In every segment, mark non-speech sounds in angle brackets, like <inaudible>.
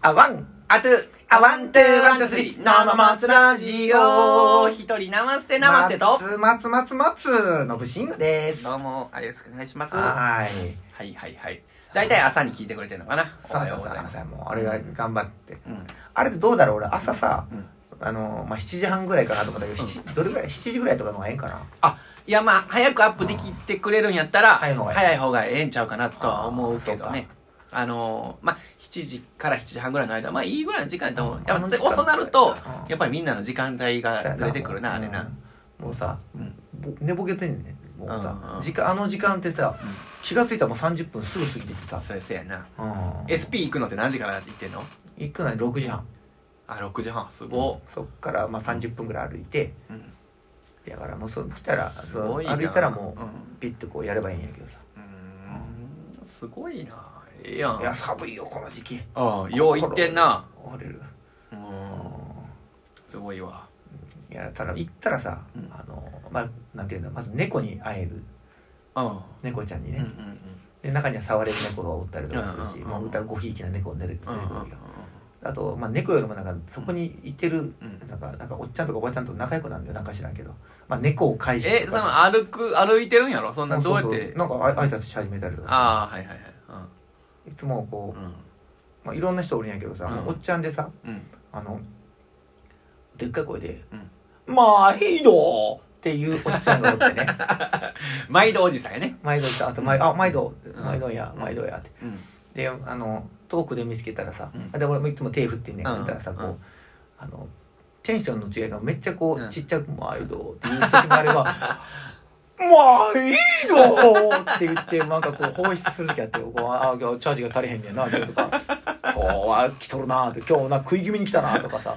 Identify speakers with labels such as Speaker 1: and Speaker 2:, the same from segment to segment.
Speaker 1: あ、ワン、
Speaker 2: あと、あ、ワン、ツー、ワン、ツー、スリー、生松ラジオ一人生捨て生捨てと、
Speaker 1: 松、松、松、松、のぶしんぐです。
Speaker 2: どうも、よろしくお願いします。は
Speaker 1: はーい。
Speaker 2: いはいはい。大体朝に聞いてくれてるのかなお
Speaker 1: さあ
Speaker 2: はよ
Speaker 1: さ
Speaker 2: う
Speaker 1: あ
Speaker 2: ござい
Speaker 1: さあ
Speaker 2: ます。
Speaker 1: さあ、もう、あれが頑張って。
Speaker 2: うん。
Speaker 1: あれってどうだろう俺、朝さ
Speaker 2: うん、
Speaker 1: あの、まあ、7時半ぐらいかなと思ったけど、7どれぐらい ?7 時ぐらいとかの方がええんかない
Speaker 2: やまあ、早くアップできてくれるんやったら、
Speaker 1: 早い方がいい
Speaker 2: 早い方がええんちゃうかなとは思うけど
Speaker 1: あーそう
Speaker 2: ね。あのーまあ、7時から7時半ぐらいの間、まあいいぐらいの時間やと思う。
Speaker 1: ん
Speaker 2: やっ
Speaker 1: あ
Speaker 2: ぱ
Speaker 1: の
Speaker 2: で
Speaker 1: 時間
Speaker 2: 遅なると
Speaker 1: うん、
Speaker 2: やっぱりみんなの時間帯がずれてくるな、あ
Speaker 1: そう
Speaker 2: れ
Speaker 1: や
Speaker 2: な。。
Speaker 1: うんもうさ
Speaker 2: うん、
Speaker 1: ぼ寝ぼけてんねん。もう
Speaker 2: うんう
Speaker 1: さ
Speaker 2: ん、
Speaker 1: 時間、あの時間ってさ
Speaker 2: うん、
Speaker 1: 気がついたらもう30分すぐ過ぎててさ、
Speaker 2: そうやそうやな。
Speaker 1: うん。
Speaker 2: SP 行くのって何時から行ってんの
Speaker 1: 行くのに6時半。
Speaker 2: あ、6時半。すご
Speaker 1: そっから、まあ、30分ぐらい歩いて、
Speaker 2: っ。うん。
Speaker 1: だからもうそう来たら
Speaker 2: す
Speaker 1: そう
Speaker 2: ごいな
Speaker 1: 歩いたらもう、
Speaker 2: うん
Speaker 1: ピッてこうやればいいんやけどさ
Speaker 2: うーんすごいなええやん
Speaker 1: いや寒いよこの時期
Speaker 2: ああよう言ってんな
Speaker 1: 折れるう
Speaker 2: う
Speaker 1: ん
Speaker 2: んすごいわ
Speaker 1: いやただ行ったらさ、
Speaker 2: うん
Speaker 1: あのまあなんていうんだまず猫に会える
Speaker 2: うんうん
Speaker 1: 猫ちゃんに
Speaker 2: うん
Speaker 1: ね、
Speaker 2: うん
Speaker 1: で中には触れる猫がおったりとかするし、
Speaker 2: うんうんうん
Speaker 1: まあ、歌うごひいきな猫が出てく
Speaker 2: う
Speaker 1: る
Speaker 2: ん
Speaker 1: わ
Speaker 2: うん
Speaker 1: けよあと、まあ、猫よりもなんかそこにいてる、
Speaker 2: うん
Speaker 1: なんかなんかおっちゃんとかおばちゃんと仲良くなるんだよなんか知らんけど、まあ、猫を介して
Speaker 2: え
Speaker 1: と
Speaker 2: そ
Speaker 1: か
Speaker 2: の歩く歩いてるんやろそんなどうやっ
Speaker 1: そそ
Speaker 2: て
Speaker 1: なんかあい挨拶し始めたりとかさ
Speaker 2: ああはいはいはい
Speaker 1: つもこう、
Speaker 2: うん
Speaker 1: まあ、いろんな人おるんやけどさ、
Speaker 2: うん
Speaker 1: おっちゃんでさ
Speaker 2: うんうん
Speaker 1: あのでっかい声で
Speaker 2: うん
Speaker 1: 「まあいいの!」っていうおっちゃんがおってね
Speaker 2: 毎度おじさんやね
Speaker 1: 毎度さあと毎「あ毎度
Speaker 2: うん
Speaker 1: 毎度や
Speaker 2: うん
Speaker 1: 毎度や」って
Speaker 2: うん
Speaker 1: であの遠くで見つけたらさ、
Speaker 2: うん
Speaker 1: あで俺もいつも手振ってんねんけど
Speaker 2: うん
Speaker 1: たらさこ
Speaker 2: う
Speaker 1: うんあのテンションの違いがめっちゃこう、
Speaker 2: うん
Speaker 1: ちっちゃく「毎度」っていう時もあれば「ま <laughs> あいいの!」って言ってなんかこう放出する時あってこうあ今日チャージが足りへんねんな」とか「今日は来とるな」って「今日な食い気味に来たな」とかさ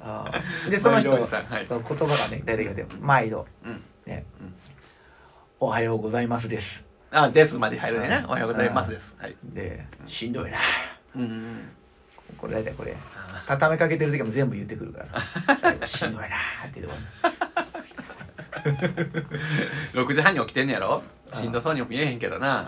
Speaker 1: あーでその人
Speaker 2: 毎度お
Speaker 1: の
Speaker 2: じさんはい
Speaker 1: 言葉がね出てきて「毎度
Speaker 2: うん」
Speaker 1: ね
Speaker 2: うん
Speaker 1: 「おはようございます」です。
Speaker 2: あですまで入るねな
Speaker 1: うん
Speaker 2: おはようございますですはい
Speaker 1: でしんどいな
Speaker 2: うんうん
Speaker 1: これ大体これ。
Speaker 2: あ
Speaker 1: 畳みかけてる時も全部言ってくるから
Speaker 2: <laughs>
Speaker 1: 最後しんどいなーって言って
Speaker 2: ー6時半に起きてんねやろしんどそうにも見えへんけどな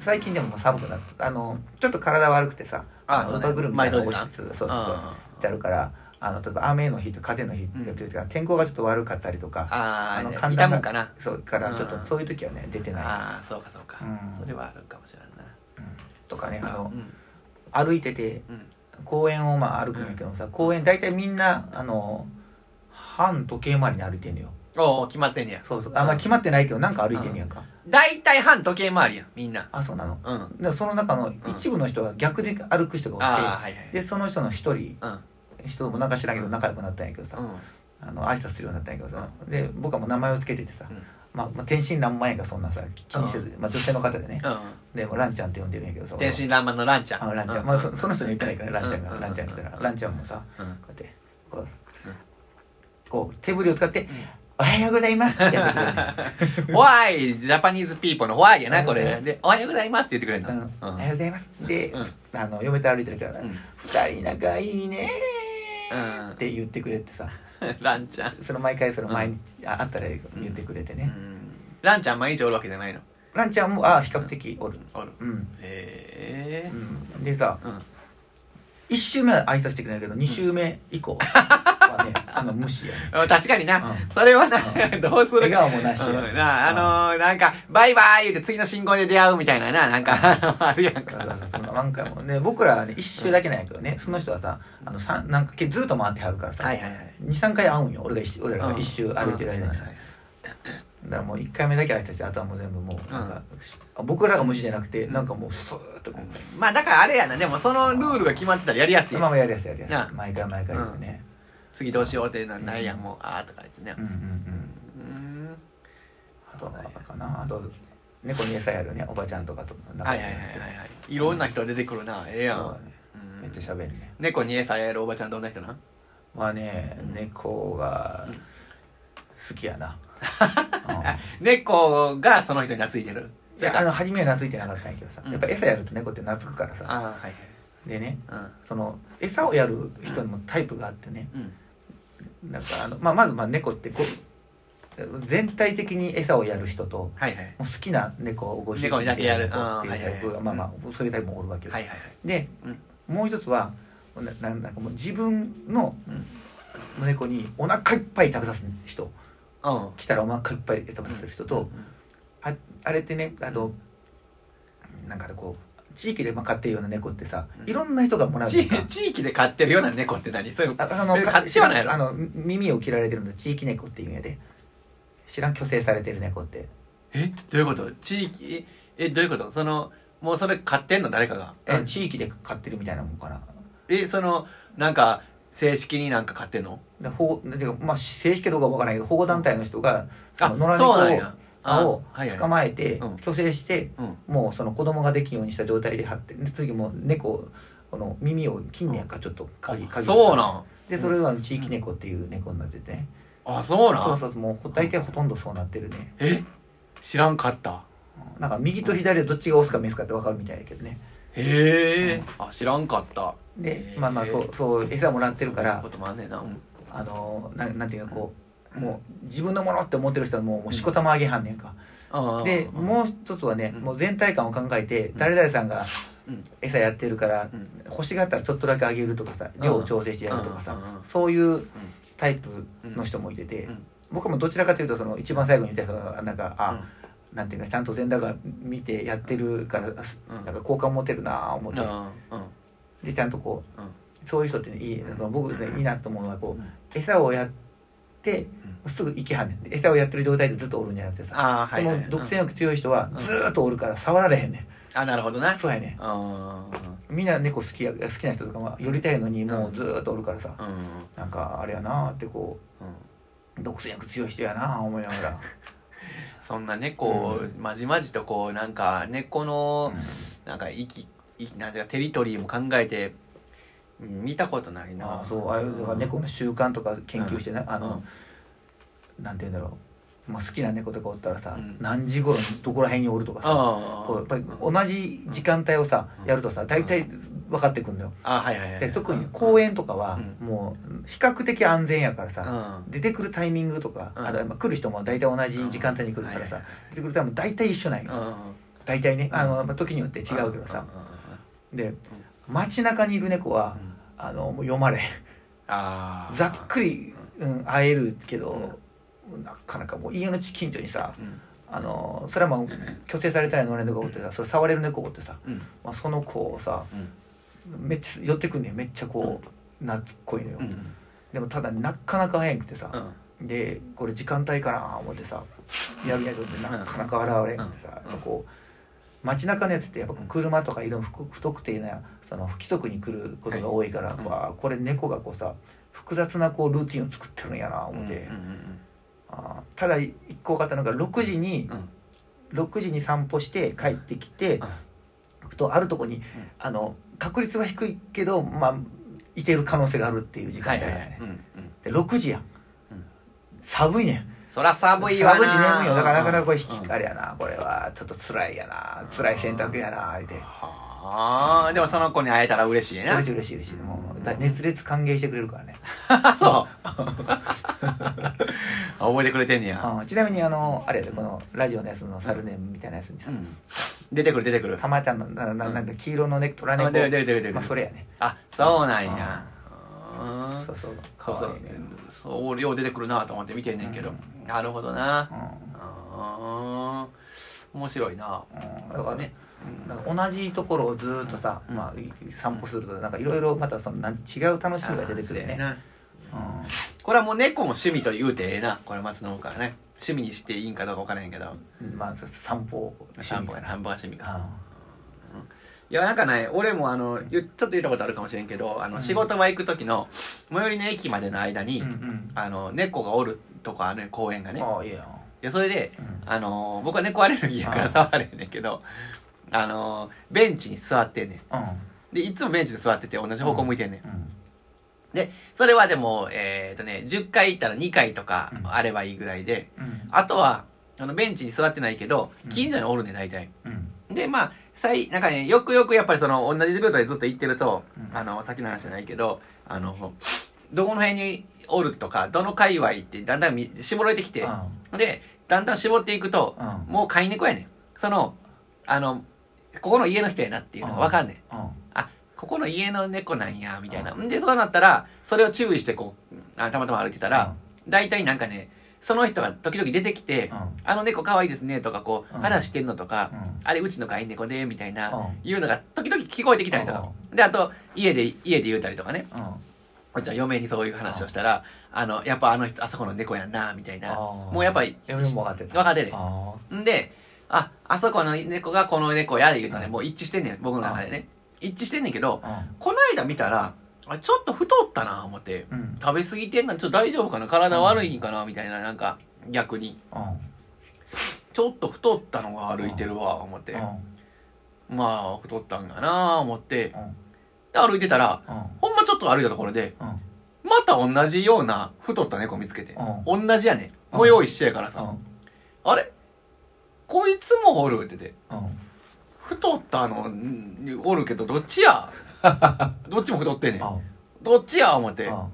Speaker 1: 最近でももう寒くなったあのちょっと体悪くてさ
Speaker 2: あ
Speaker 1: の
Speaker 2: そうね
Speaker 1: バグルみたいな
Speaker 2: 毎度
Speaker 1: 保
Speaker 2: おじさん
Speaker 1: 湿そうそうそう
Speaker 2: うん
Speaker 1: ってあるからあの例えば雨の日と風の日って言ってる時は天候がちょっと悪かったりとか
Speaker 2: ああ
Speaker 1: 寒暖
Speaker 2: 痛
Speaker 1: が
Speaker 2: むんかな
Speaker 1: そうからちょっ
Speaker 2: う
Speaker 1: と
Speaker 2: ん
Speaker 1: そういう時はね出てない
Speaker 2: ああそうかそうか
Speaker 1: うん
Speaker 2: それはあるかもしれんな
Speaker 1: とかねあの
Speaker 2: うん
Speaker 1: 歩いてて
Speaker 2: うん
Speaker 1: 公園をまあ歩くんやけどさ公園大体みんなあの反時計回りに歩いてんのよ
Speaker 2: おお決まってんねや
Speaker 1: そうそうあんまあ決まってないけどなんか歩いてんねやんか
Speaker 2: 大体反時計回りやんみんな
Speaker 1: あそうなの
Speaker 2: うんあ
Speaker 1: でその中の一部の人が逆で歩く人
Speaker 2: あ
Speaker 1: が
Speaker 2: はいは
Speaker 1: おっ
Speaker 2: い
Speaker 1: て、でその人の一人
Speaker 2: うん
Speaker 1: 人もなんか知らんけど仲良くなったんやけどさ、
Speaker 2: うん
Speaker 1: あの挨拶するようになったんやけどさ、で僕はもう名前をつけててさ、
Speaker 2: うん
Speaker 1: まあ、まあ天真爛漫やからそんなさ気気にせず、まあ、女性の方でね、
Speaker 2: う
Speaker 1: でもうランちゃんって呼んでるんやけどさ
Speaker 2: ん天真爛漫のランちゃ
Speaker 1: あの
Speaker 2: ん
Speaker 1: ランちゃん、
Speaker 2: う
Speaker 1: まあ、そその人に言ってないからランちゃん
Speaker 2: う
Speaker 1: が
Speaker 2: ん
Speaker 1: ランちゃん来たらランちゃんもさ
Speaker 2: うん
Speaker 1: こうやってこうこう手振りを使って「おはようございます」ってやってくれるんだよ
Speaker 2: ホワイジャパニーズピーポーのホワイやなこ
Speaker 1: うん
Speaker 2: れで「おはようございます」って言ってくれ
Speaker 1: う
Speaker 2: る
Speaker 1: ん
Speaker 2: の
Speaker 1: お
Speaker 2: <laughs> うん
Speaker 1: はようございます。で、
Speaker 2: う
Speaker 1: あの嫁と歩いてるから、
Speaker 2: うん
Speaker 1: 二人仲いいねー
Speaker 2: うん
Speaker 1: って言ってくれてさ、
Speaker 2: ランちゃん
Speaker 1: その毎回その毎日、ああったら言ってくれて
Speaker 2: う
Speaker 1: ね。
Speaker 2: んランちゃん毎日おるわけじゃないの
Speaker 1: ランちゃんもあ比較的おる。
Speaker 2: おる
Speaker 1: うん。
Speaker 2: へえ
Speaker 1: うん、でさ、
Speaker 2: うん
Speaker 1: 一週目は挨拶してくれないけど、二週目以降はね、あの無視や。
Speaker 2: 確かにな
Speaker 1: うん
Speaker 2: それはな
Speaker 1: う
Speaker 2: どうする
Speaker 1: 笑
Speaker 2: か
Speaker 1: 顔もなしや。
Speaker 2: うんなあ、あのー、なんか、バイバイ言って次の信号で出会うみたいなな、なんか、あの、 <laughs> あるやん
Speaker 1: そうそう
Speaker 2: か。
Speaker 1: そうその何回もね僕らはね一周だけなんやけどね、その人はさあのさんなんかけずっと回ってはるからさ、
Speaker 2: はいはいはい
Speaker 1: 二三回会うんよ俺が一俺らが一周歩いてる間にさ、
Speaker 2: うん
Speaker 1: だからもう1回目だけ挨拶してあとはもう全部もうなんか、僕らが無視じゃなくて、なんかもうスーッとこう、
Speaker 2: まあだからあれやな、でもそのルールが決まってたらやりやすい
Speaker 1: 今。もやりやすいやりやすい
Speaker 2: なあ
Speaker 1: 毎回毎回言うね、
Speaker 2: 次どうしようっていうのはないやん、もう、あーとか言ってね
Speaker 1: うん、。うんうん
Speaker 2: うん。
Speaker 1: あとはかなあと猫に餌やるねおばちゃんとかと仲
Speaker 2: はい
Speaker 1: 良く
Speaker 2: はい
Speaker 1: な
Speaker 2: はい
Speaker 1: っ
Speaker 2: は
Speaker 1: て
Speaker 2: いはい。いろんな人出てくるな、ええや
Speaker 1: そうんだ。ね
Speaker 2: うん
Speaker 1: めっちゃ喋るね
Speaker 2: 猫に餌やるおばちゃんどんな人なん
Speaker 1: まあね猫が好きや
Speaker 2: <laughs>
Speaker 1: な、うん
Speaker 2: 猫がその人に懐いてる。
Speaker 1: いやあの初めは懐いてなかったんやけどさ、
Speaker 2: うん
Speaker 1: やっぱ餌やると猫って懐くからさ
Speaker 2: あーはい
Speaker 1: でね
Speaker 2: はい。
Speaker 1: その餌をやる人にもタイプがあってね
Speaker 2: うん。うん。
Speaker 1: なんかあの、まあ、まずまあ猫ってこう全体的に餌をやる人とも
Speaker 2: はいはい。
Speaker 1: う好きな猫をご主人
Speaker 2: 猫に
Speaker 1: に
Speaker 2: だ
Speaker 1: し
Speaker 2: け
Speaker 1: て
Speaker 2: やる
Speaker 1: 猫っていうタイプ
Speaker 2: うん
Speaker 1: が
Speaker 2: はいはいはい
Speaker 1: まあまあそういうタイプもおるわけよ
Speaker 2: はいはいはい。
Speaker 1: で
Speaker 2: うん。
Speaker 1: もう一つはなななんかもう自分の
Speaker 2: うん
Speaker 1: 猫にお腹いっぱい食べさせる人
Speaker 2: うん。
Speaker 1: 来たらお腹いっぱい食べさせる人と、ああれってねあの、なんかねこう地域でまあ飼ってるような猫ってさ、
Speaker 2: うん
Speaker 1: いろんな人がもらう
Speaker 2: 地
Speaker 1: のさ
Speaker 2: 地域で飼ってるような猫って何そういう
Speaker 1: ああ
Speaker 2: 別に買ってはないやろ
Speaker 1: あの耳を切られてるの地域猫っていうんやで知らん虚勢されてる猫って
Speaker 2: えどういうこと地域えどういうことそのもうそれ飼ってんの誰かが
Speaker 1: あ
Speaker 2: え
Speaker 1: の地域で飼ってるみたいなもんかな
Speaker 2: えそのなんか正式になんか飼ってんの
Speaker 1: で保護なんていうかまあ正式かどうかわからないけど保護団体の人がその野良
Speaker 2: そうなん
Speaker 1: 猫
Speaker 2: やあ
Speaker 1: を
Speaker 2: はい
Speaker 1: 捕
Speaker 2: は
Speaker 1: まえて
Speaker 2: うん
Speaker 1: 虚勢して
Speaker 2: いうん
Speaker 1: もうその子供ができんようにした状態で張ってで次もう猫をこの耳を近年かちょっと鍵
Speaker 2: あ
Speaker 1: 鍵を
Speaker 2: そうなん
Speaker 1: でそれは地域猫っていう猫になっててね、
Speaker 2: あそうな
Speaker 1: そうんそうそうもうほ大体ほとんどそうなってるね
Speaker 2: え知らんかった
Speaker 1: なんか右と左でどっちが押すかメスかって分かるみたいだけどね
Speaker 2: へえあ知らんかった
Speaker 1: で
Speaker 2: へー
Speaker 1: まあまあそうそう餌もらってるか
Speaker 2: そういう
Speaker 1: ら
Speaker 2: こともあんねんなうん
Speaker 1: あのななんていうのこうもう自分のものって思ってる人はもうもうしこたまあげはんねんか、
Speaker 2: あー
Speaker 1: で
Speaker 2: うん
Speaker 1: もう一つはね、
Speaker 2: うん
Speaker 1: もう全体感を考えて
Speaker 2: ん
Speaker 1: 誰々さんが
Speaker 2: うん
Speaker 1: 餌やってるから、
Speaker 2: うん
Speaker 1: 欲しがったらちょっとだけあげるとかさ量を調整してやるとかさ、
Speaker 2: うんうん
Speaker 1: そういうタイプの人もいてて、
Speaker 2: うん
Speaker 1: 僕もどちらかというとその一番最後に言った人がなんかあ、
Speaker 2: うん
Speaker 1: なんていうかちゃんと全裸が見てやってるから、
Speaker 2: うん
Speaker 1: なんか好感持てるなあ思って、
Speaker 2: あーうん
Speaker 1: でちゃんとこう
Speaker 2: うん
Speaker 1: そういう人っていい、
Speaker 2: うん
Speaker 1: あの僕ねいいなと思うのはこう、
Speaker 2: うん
Speaker 1: 餌をやってすぐ行きはんねん餌をやってる状態でずっとおるんじゃなくてさ、
Speaker 2: あーはいはい
Speaker 1: でも独占欲強い人はずーっとおるから触られへんね
Speaker 2: あなるほど
Speaker 1: ん、
Speaker 2: な
Speaker 1: そうやねん
Speaker 2: あ
Speaker 1: みんな猫好きや好きな人とかは寄りたいのにもうずーっとおるからさ、
Speaker 2: ーうん
Speaker 1: なんかあれやなあってこ
Speaker 2: うん
Speaker 1: う独占欲強い人やなあ思いな
Speaker 2: <laughs>
Speaker 1: がら、
Speaker 2: そんな猫をまじまじとこうなんか猫のなんか息息なんていうかテリトリーも考えてうん見たことないな
Speaker 1: ああそうああいうだから猫の習慣とか研究してね、あ
Speaker 2: あ
Speaker 1: の、
Speaker 2: の
Speaker 1: なんて言うんだろう、まあ、好きな猫とかおったらさ、
Speaker 2: うん
Speaker 1: 何時頃にどこら辺におるとかさ
Speaker 2: あ
Speaker 1: こうやっぱり同じ時間帯をさ、
Speaker 2: うん
Speaker 1: やるとさ大体分かってくんだよ、
Speaker 2: あはいはいは
Speaker 1: で
Speaker 2: い
Speaker 1: 特に公
Speaker 2: 園
Speaker 1: 園とかは
Speaker 2: う
Speaker 1: もう比較的安全やから
Speaker 2: う
Speaker 1: さ、
Speaker 2: ん
Speaker 1: 出てくるタイミングとか、
Speaker 2: うん
Speaker 1: あとまあ来る人も大体同じ時間帯に来るからさ、
Speaker 2: うん
Speaker 1: 出てくるタイミング大体一緒なんよ、
Speaker 2: うん
Speaker 1: 大体ね
Speaker 2: うん
Speaker 1: あの、まあ、時によって違うけどさ、で街中にいる猫
Speaker 2: う
Speaker 1: は
Speaker 2: ん、うん
Speaker 1: あのもう読まれへん
Speaker 2: あー
Speaker 1: ざっくり、うん、会えるけど、なかなかもう家の近所にさ
Speaker 2: うん
Speaker 1: あのそれはまあ虚勢されたら乗れる猫がおってさそれ触れる猫がおってさ、
Speaker 2: うん
Speaker 1: まあ、その子をさ
Speaker 2: うん
Speaker 1: めっちゃ寄ってくんねんめっちゃこう、懐っこいのよ、
Speaker 2: うん
Speaker 1: でもただなかなか会えんくてさ
Speaker 2: う、ん
Speaker 1: でこれ時間帯かな思ってさやるやるってなかなか現れんくてさ、
Speaker 2: うん
Speaker 1: やっぱこう街中のやつってやっぱこう車とかいろんな不不特定なその不規則に来ることが多いから、
Speaker 2: はい
Speaker 1: わあこれ猫がこうさ複雑なこうルーティンを作ってるんやな思って、
Speaker 2: うんうん
Speaker 1: あーただ一個分かったのが6時に
Speaker 2: うんうん
Speaker 1: 6時に散歩して帰ってきて
Speaker 2: うん
Speaker 1: ふとあるとこにあの確率は低いけどまあいてる可能性があるっていう時間
Speaker 2: は
Speaker 1: 帯
Speaker 2: い
Speaker 1: だ
Speaker 2: は
Speaker 1: ね、
Speaker 2: いはいうんうん
Speaker 1: で6時やん、
Speaker 2: うん
Speaker 1: 寒いねん
Speaker 2: そら寒いわ
Speaker 1: 寒
Speaker 2: な
Speaker 1: いし眠いよだからなかなかこれ引
Speaker 2: うん
Speaker 1: きあれやなこれはちょっと辛いやな辛い選択やな言うて
Speaker 2: はあでもその子に会えたら嬉しいな
Speaker 1: 嬉しい嬉しい嬉しいもうだ熱烈歓迎してくれるからね
Speaker 2: あ <laughs> そう覚えてくれてんねや、
Speaker 1: うんちなみにあのあれやでこのラジオのやつのサルネームみたいなやつに
Speaker 2: う
Speaker 1: さ
Speaker 2: ん、出てくる出てくる
Speaker 1: たまちゃんのなななんか黄色のね虎
Speaker 2: あ
Speaker 1: 猫
Speaker 2: 出る出る出る出る、
Speaker 1: まあそれやね
Speaker 2: あそうなんやうん
Speaker 1: そうそう
Speaker 2: そう
Speaker 1: 可
Speaker 2: そ
Speaker 1: 愛
Speaker 2: う
Speaker 1: いね
Speaker 2: そう量出てくるなと思って見てんねんけど、なるほどな
Speaker 1: うん
Speaker 2: うん面白いな
Speaker 1: うんだからね
Speaker 2: うん
Speaker 1: なんか同じところをずーっとさ、
Speaker 2: うん
Speaker 1: まあ、い散歩するとなんかいろいろまたそのなん違う楽しみが出てくるよ
Speaker 2: あそうや
Speaker 1: ね
Speaker 2: な
Speaker 1: うん
Speaker 2: これはもう猫も趣味と言うてええなこれ松の方からね趣味にしていいんかどうか分からへんけど
Speaker 1: まあ、散歩趣
Speaker 2: 散
Speaker 1: 味
Speaker 2: 歩
Speaker 1: か
Speaker 2: が
Speaker 1: な。
Speaker 2: 散歩が趣味か
Speaker 1: あ
Speaker 2: いやなんかね俺もあのゆちょっと言ったことあるかもしれんけどあの、
Speaker 1: うん
Speaker 2: 仕事場行く時の最寄りの駅までの間
Speaker 1: あ
Speaker 2: に、
Speaker 1: うんうん。
Speaker 2: あの猫がおるとこあるね公園がね
Speaker 1: ああ、いいやん。
Speaker 2: いやそれで、
Speaker 1: うん
Speaker 2: あの僕は猫アレルギーやから触れへんねんけどあのベンチに座ってんねんでいつもベンチで座ってて同じ方向向いてんねん、
Speaker 1: う
Speaker 2: それはでもえっ、とね10回行ったら2回とか
Speaker 1: うん
Speaker 2: あればいいぐらいで、
Speaker 1: ん。うん。
Speaker 2: あとはあのベンチに座ってないけど
Speaker 1: うん
Speaker 2: 近所におるねん大体、
Speaker 1: うん。
Speaker 2: でまあ最なんかねよくよくやっぱりその同じルートでずっと行ってると、
Speaker 1: うん
Speaker 2: あのさっきの話じゃないけどあのどこの辺におるとかどの界隈ってだんだんみ絞られてきて
Speaker 1: うん
Speaker 2: で、だんだん絞っていくと、
Speaker 1: うん
Speaker 2: もう飼い猫やねん。その、あの、ここの家の人やなっていうのがわかんねん。
Speaker 1: うん
Speaker 2: あ、ここの家の猫なんや、みたいな。んで、そうなったら、それを注意してこう、あたまたま歩いてたら、大体なんかね、その人が時々出てきて、あの猫可愛いですね、とかこう、
Speaker 1: うん
Speaker 2: 話してんのとか、あれうちの飼い猫で、みたいな、いうのが時々聞こえてきたりとか。で、あと、家で、家で言うたりとかね。こっちは嫁にそういう話をしたら、あの、やっぱあの人、あそこの猫やんな、みたいな。もうやっぱり、
Speaker 1: 嫁も分かってた
Speaker 2: 分かってて
Speaker 1: あ
Speaker 2: んで、あ、あそこの猫がこの猫や、言うとね、
Speaker 1: うん
Speaker 2: もう一致してんねん、僕の中でね。一致してんねんけど、
Speaker 1: ー
Speaker 2: この間見たら、あ、ちょっと太ったな、思って。
Speaker 1: うんうん
Speaker 2: 食べ過ぎてんな、ちょっと大丈夫かな体悪いんかなみたいな、なんか、逆に。ちょっと太ったのが歩いてるわ、思って
Speaker 1: うん。
Speaker 2: まあ、太ったんかな、思って。
Speaker 1: うん
Speaker 2: で歩いてたら、
Speaker 1: うん
Speaker 2: ほんまちょっと歩いたところで、
Speaker 1: うん
Speaker 2: また同じような太った猫見つけて。
Speaker 1: う
Speaker 2: 同じやね。
Speaker 1: うん
Speaker 2: 模様一緒やから
Speaker 1: う
Speaker 2: さ。
Speaker 1: ん
Speaker 2: あれこいつもおるって言って。
Speaker 1: うん
Speaker 2: 太ったの、んおるけど、どっちや
Speaker 1: <laughs>
Speaker 2: どっちも太ってんねん。どっちや思って。わ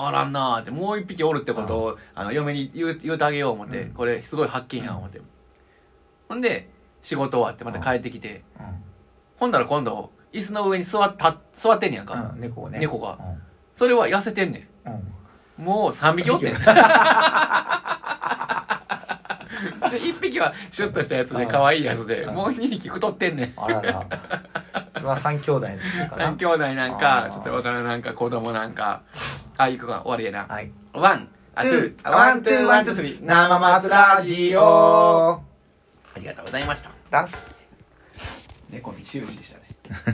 Speaker 2: からんなーって、もう一匹おるってことを、あの、嫁に言う、言うてあげよう思って、
Speaker 1: うん
Speaker 2: これすごい発見や思って。ほんで、仕事終わってまた帰ってきて、ほんなら今度、椅子の上に座った、座ってんねやんか。
Speaker 1: うん猫をね
Speaker 2: 猫がそれは痩せてんね
Speaker 1: うんうん
Speaker 2: ん。もう3匹おってん。で、1匹 <laughs> はシュッとしたやつで、
Speaker 1: うん
Speaker 2: 可愛いやつで、
Speaker 1: うん
Speaker 2: もう2匹太ってんねん。
Speaker 1: あららそれは三兄弟の時かな
Speaker 2: 三兄弟なん
Speaker 1: あ
Speaker 2: か
Speaker 1: ー、
Speaker 2: ちょっとわからんなんか、子供なんか、あ、いくか、終わりやな。
Speaker 1: はい
Speaker 2: ワン、あ、ツー、あワン、ツー、ワン、ツー、スリー、生松ラジオありがとうございました。
Speaker 1: ラス
Speaker 2: 猫に終始したね。